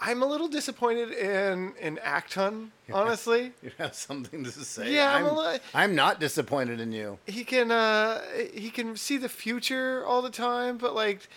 I'm a little disappointed in in Acton, honestly. You have something to say. Yeah, I'm I'm, a li- I'm not disappointed in you. he can uh he can see the future all the time but like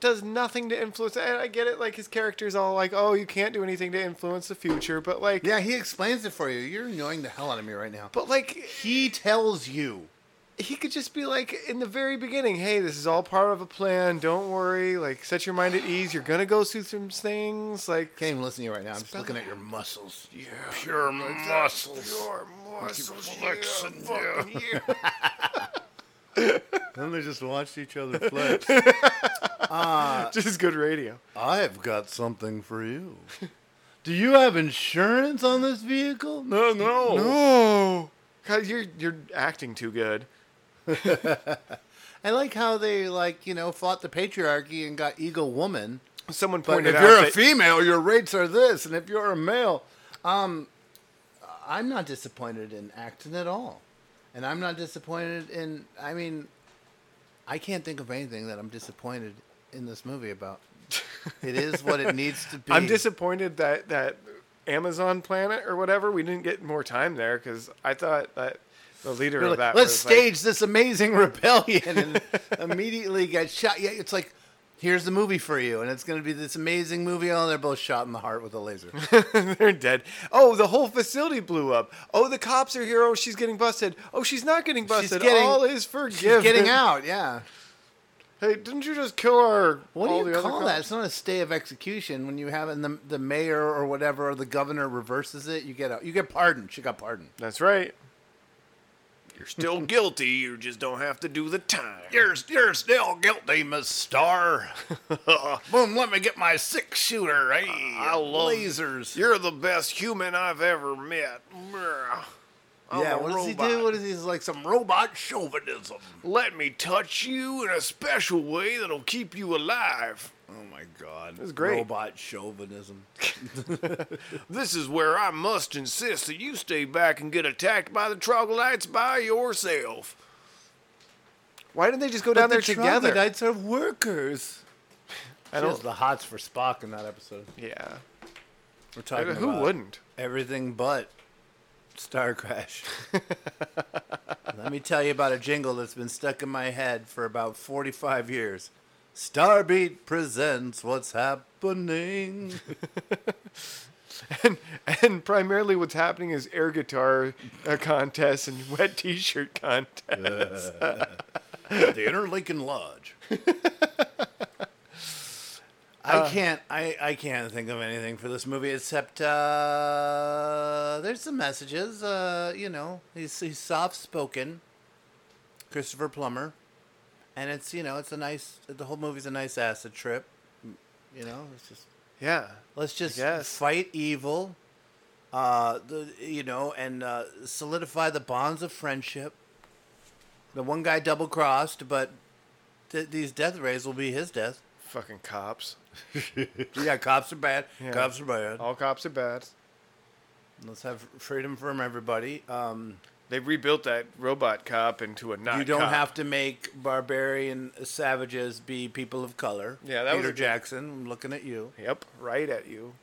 does nothing to influence and i get it like his character's all like oh you can't do anything to influence the future but like Yeah, he explains it for you. You're annoying the hell out of me right now. but like he tells you. he could just be like in the very beginning hey this is all part of a plan don't worry like set your mind at ease you're gonna go through some things like Can't even listen to you right now. I'm just looking at your muscles. Yeah. pure muscles pure muscles yeah, fucking yeah. Then they just watched each other flex. just good radio I've got something for you. Do you have insurance on this vehicle? No, Oh, no. no god you're you're acting too good I like how they like you know fought the patriarchy and got eagle woman. someone But if pointed out you're a that- female, your rates are this, and if you're a male, um, I'm not disappointed in Acton at all, and I'm not disappointed in. I mean, I can't think of anything that I'm disappointed in this movie about. it is what it needs to be. I'm disappointed that that Amazon planet or whatever we didn't get more time there because I thought that the leader They're of like, that Let's was like- stage this amazing rebellion, and immediately get shot. Yeah, it's like. Here's the movie for you, and it's going to be this amazing movie. Oh, they're both shot in the heart with a laser. they're dead. Oh, the whole facility blew up. Oh, the cops are here. Oh, she's getting busted. Oh, she's not getting busted. getting- All is forgiven. She's getting out, yeah. Hey, didn't you just kill our? What all do the you other call that? cops? It's not a stay of execution when you have and the the mayor or whatever or the governor reverses it. You get out. You get pardoned. She got pardoned. That's right. You're still guilty. You just don't have to do the time. You're you're still guilty, Miss Star. Boom! Let me get my six shooter. Hey, I love- lasers. You're the best human I've ever met. yeah. a What does he robot. do? What is he? He's like some robot chauvinism. Let me touch you in a special way that'll keep you alive. Oh my God! That's great. Robot chauvinism. This is where I must insist that you stay back and get attacked by the troglodytes by yourself. Why didn't they just go down there together? Troglodytes are workers. I She was don't. the hots for Spock in that episode. Yeah. We're talking Who about wouldn't? Everything but Star Crash. Let me tell you about a jingle that's been stuck in my head for about 45 years. Starbeat presents what's happening. And primarily, what's happening is air guitar uh, contests and wet T-shirt contests. at the Inner Lincoln Lodge. I can't. I, I can't think of anything for this movie except uh, there's some messages. Uh, you know, he's he's soft spoken. Christopher Plummer, and it's you know it's a nice. The whole movie's a nice acid trip. You know, it's just Yeah. Let's just guess. fight evil, uh, the, you know, and uh, solidify the bonds of friendship. The one guy double crossed, but th- these death rays will be his death. Fucking cops. Oh. Yeah, cops are bad. Cops are bad. All cops are bad. Let's have freedom from everybody. Um, They rebuilt that robot cop into a not. you don't cop. have to make barbarian savages be people of color. Yeah, that was Peter a good- Jackson. I'm looking at you. Yep, right at you,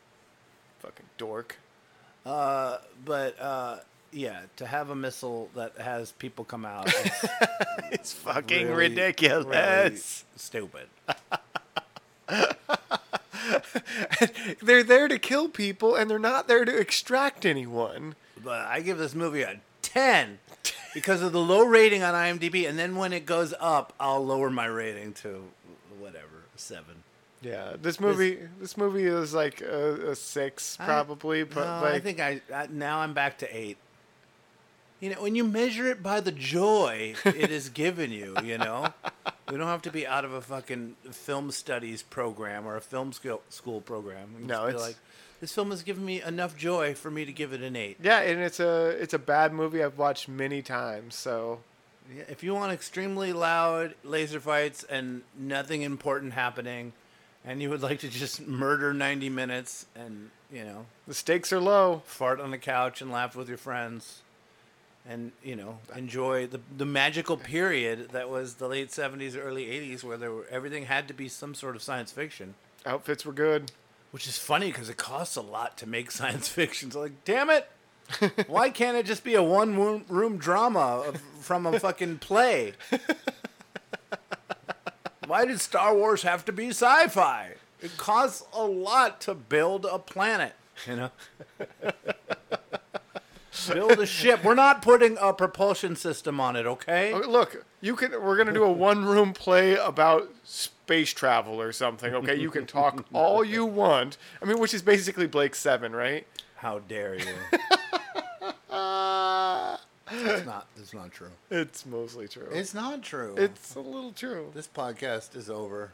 fucking dork. But uh, yeah, to have a missile that has people come out, it's It's fucking really, ridiculous. really stupid. They're there to kill people, and they're not there to extract anyone. But I give this movie a ten because of the low rating on IMDb, and then when it goes up, I'll lower my rating to whatever seven. Yeah, this movie, this, movie is like a, a six I- probably, but no, like Uh, I think I, I now I'm back to eight. You know, when you measure it by the joy it is given you, you know, we don't have to be out of a fucking film studies program or a film school school program. We can No, just be it's- like this film has given me enough joy for me to give it an eight. yeah, and it's a it's a bad movie I've watched many times. So Yeah, If you want extremely loud laser fights and nothing important happening, and you would like to just murder ninety minutes and you know the stakes are low. fart on the couch and laugh with your friends and you know enjoy the, the magical period that was the late 70s early 80s where there were, everything had to be some sort of science fiction Outfits were good. which is funny because it costs a lot to make science fiction so like damn it why can't it just be a one room, room drama of, from a fucking play why did star wars have to be sci-fi it costs a lot to build a planet you know build a ship we're not putting a propulsion system on it okay Okay, Look, you can. We're gonna do a one-room play about space travel or something. Okay, you can talk all you want. I mean, which is basically Blake Seven, right? how dare you it's not it's not true It's mostly true. It's, it's not true a little true. This podcast is over.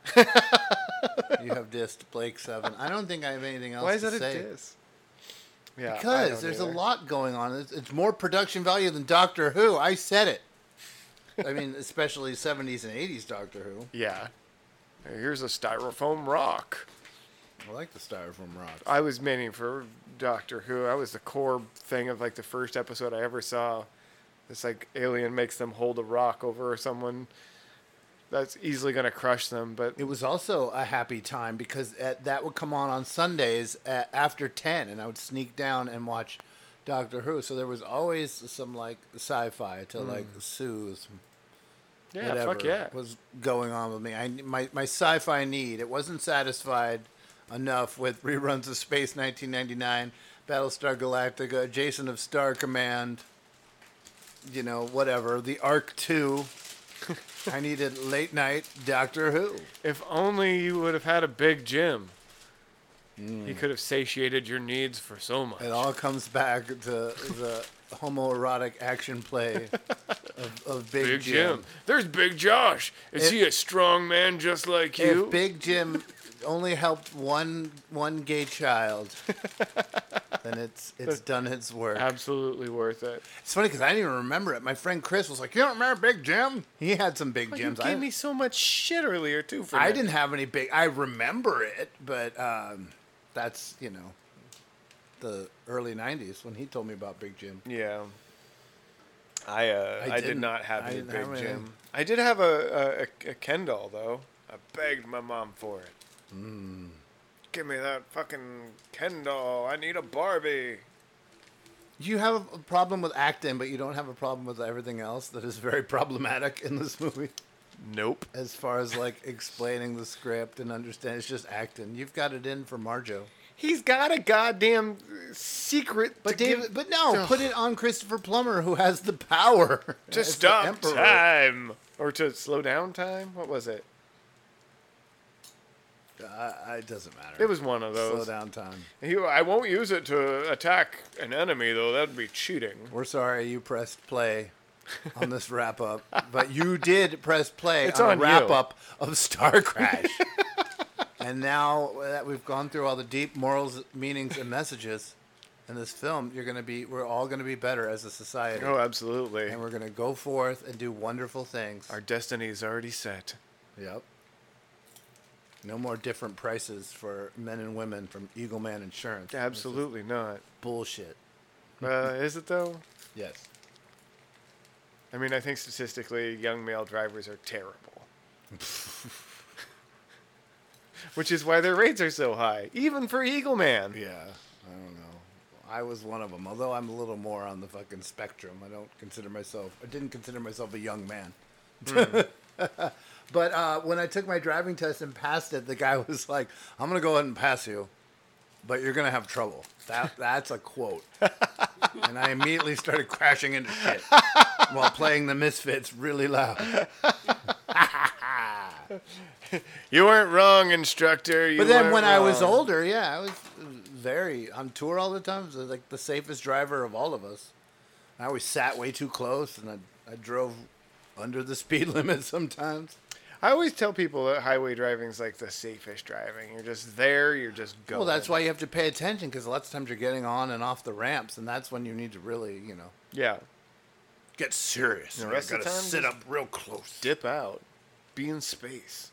you have dissed Blake Seven. I don't think I have anything else Why is to that a say. diss? Yeah, I Because don't there's a either. lot going on. It's, it's more production value than Doctor Who. I said it. I mean, especially 70s and 80s Doctor Who. Yeah. Here's a styrofoam rock. I like the Star from Rock. I was meaning for Doctor Who. I was the core thing of like the first episode I ever saw. It's like alien makes them hold a rock over someone that's easily gonna crush them. But It was also a happy time because at, that would come on on Sundays at, after 10, and I would sneak down and watch Doctor Who. So there was always some like sci fi to like Hmm. soothe yeah, whatever fuck yeah. was going on with me. I my my sci-fi need it wasn't satisfied enough with reruns of Space 1999, Battlestar Galactica, Jason of Star Command, you know, whatever, the Ark 2. I needed late night Doctor Who. If only you would have had a big gym. Mm. He could have satiated your needs for so much. It all comes back to the homoerotic action play of, of Big, Big Jim. Jim. There's Big Josh. Is If- he a strong man just like you? If Big Jim only helped one one gay child, then it's it's done its work. Absolutely worth it. It's funny because I didn't even remember it. My friend Chris was like, "You don't remember Big Jim? He had some Big Jims." I, so much shit earlier too for I didn't have any big. I remember it, but um, that's you know, the early '90s when he told me about Big Jim. Yeah. I uh, I, did didn't- not have I any didn't big have any. gym. I did have a, a, a Ken doll though. I begged my mom for it. Mm. Give me that fucking Ken doll. I need a Barbie. You have a problem with acting, but you don't have a problem with everything else that is very problematic in this movie. Nope. As far as like explaining the script and understand, it's just acting. You've got it in for Marjo. He's got a goddamn secret. But to David, give- but no, put it on Christopher Plummer, who has the power to Ah. as the stop emperor. time or to slow down time. What was it? Uh, it doesn't matter. It was one of slow those. down time. He, I won't use it to attack an enemy though. That'd be cheating. We're sorry you pressed play on this wrap up, but you did press play It's on, on a you. wrap up of Star Crash. and now that we've gone through all the deep morals, meanings, and messages in this film, you're gonna be we're all gonna be better as a society. Oh, absolutely. And we're gonna go forth and do wonderful things. Our destiny is already set. Yep. No more different prices for men and women from Eagle Man Insurance. Absolutely not. Bullshit. Uh, is it though? Yes. I mean, I think statistically, young male drivers are terrible. Which is why their rates are so high, even for Eagle Man. Yeah, I don't know. I was one of them, although I'm a little more on the fucking spectrum. I don't consider myself, I didn't consider myself a young man. but uh, when I took my driving test and passed it, the guy was like, I'm going to go ahead and pass you, but you're going to have trouble. That That's a quote. and I immediately started crashing into shit while playing the Misfits really loud. You weren't wrong, instructor. You But then weren't when I was wrong. older, yeah, I was very on tour all the time. So like the safest driver of all of us. I always sat way too close, and I, I drove under the speed limit sometimes. I always tell people that highway driving's like the safest driving. You're just there. You're just going. Well, that's why you have to pay attention because lots of times you're getting on and off the ramps, and that's when you need to really, you know, Yeah. get serious. The You rest of gotta the time, sit just- up real close. Dip out. Be in space.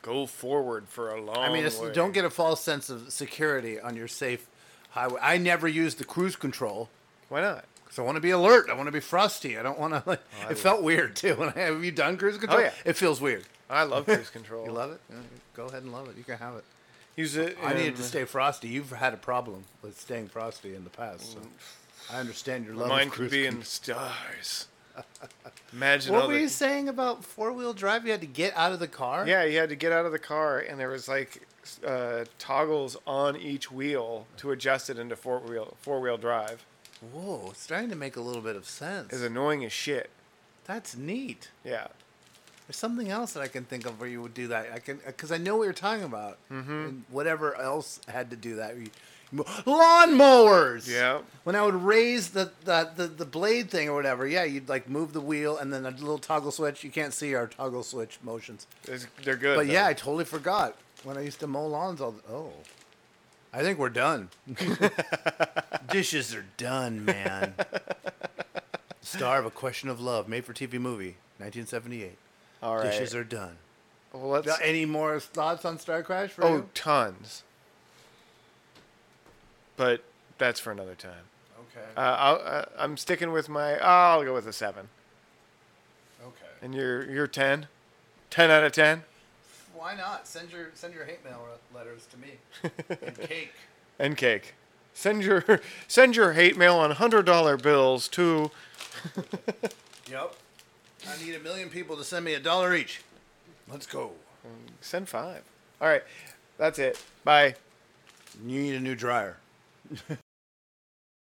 Go forward for a long. I mean, it's, way. don't get a false sense of security on your safe highway. I never used the cruise control. Why not? Because I want to be alert. I want to be frosty. I don't want to. Like, Oh, it felt weird too. When I, have you done cruise control? yeah. Oh. It feels weird. I love cruise control. You love it? Yeah, Go ahead and love it. You can have it. Use it. I needed in- to stay frosty. You've had a problem with staying frosty in the past. So I understand your love. Mine of could cruise be control. in stars. Imagine all What were the- you saying about four wheel drive? You had to get out of the car. Yeah, you had to get out of the car, and there was like s- uh, toggles on each wheel to adjust it into four wheel four wheel drive. Whoa, it's starting to make a little bit of sense. It's annoying as shit. That's neat. Yeah, There's something else that I can think of where you would do that. I can because I know what you're talking about. Mm-hmm. And whatever else had to do that. You- you- Lawnmowers. Yeah. When I would raise the, the, the, the blade thing or whatever, yeah, you'd like move the wheel and then a little toggle switch. You can't see our toggle switch motions. it's, they're good. But though. yeah, I totally forgot when I used to mow lawns. All the, oh, I think we're done. Dishes are done, man. Star of a Question of Love, made for TV movie, 1978. all right. Dishes are done. well, let's, Got Any more thoughts on Star Crash for oh, you? tons. But that's for another time. Okay. Uh, I'll, uh, I'm sticking with my. I'll go with a seven. okay. And you're you're ten. Ten out of ten. Why not? Send your send your hate mail letters to me. and cake. and cake. Send your send your hate mail on hundred dollar bills to Yep. I need a million people to send me a dollar each. Let's go. send five. All right, that's it. Bye. You need a new dryer.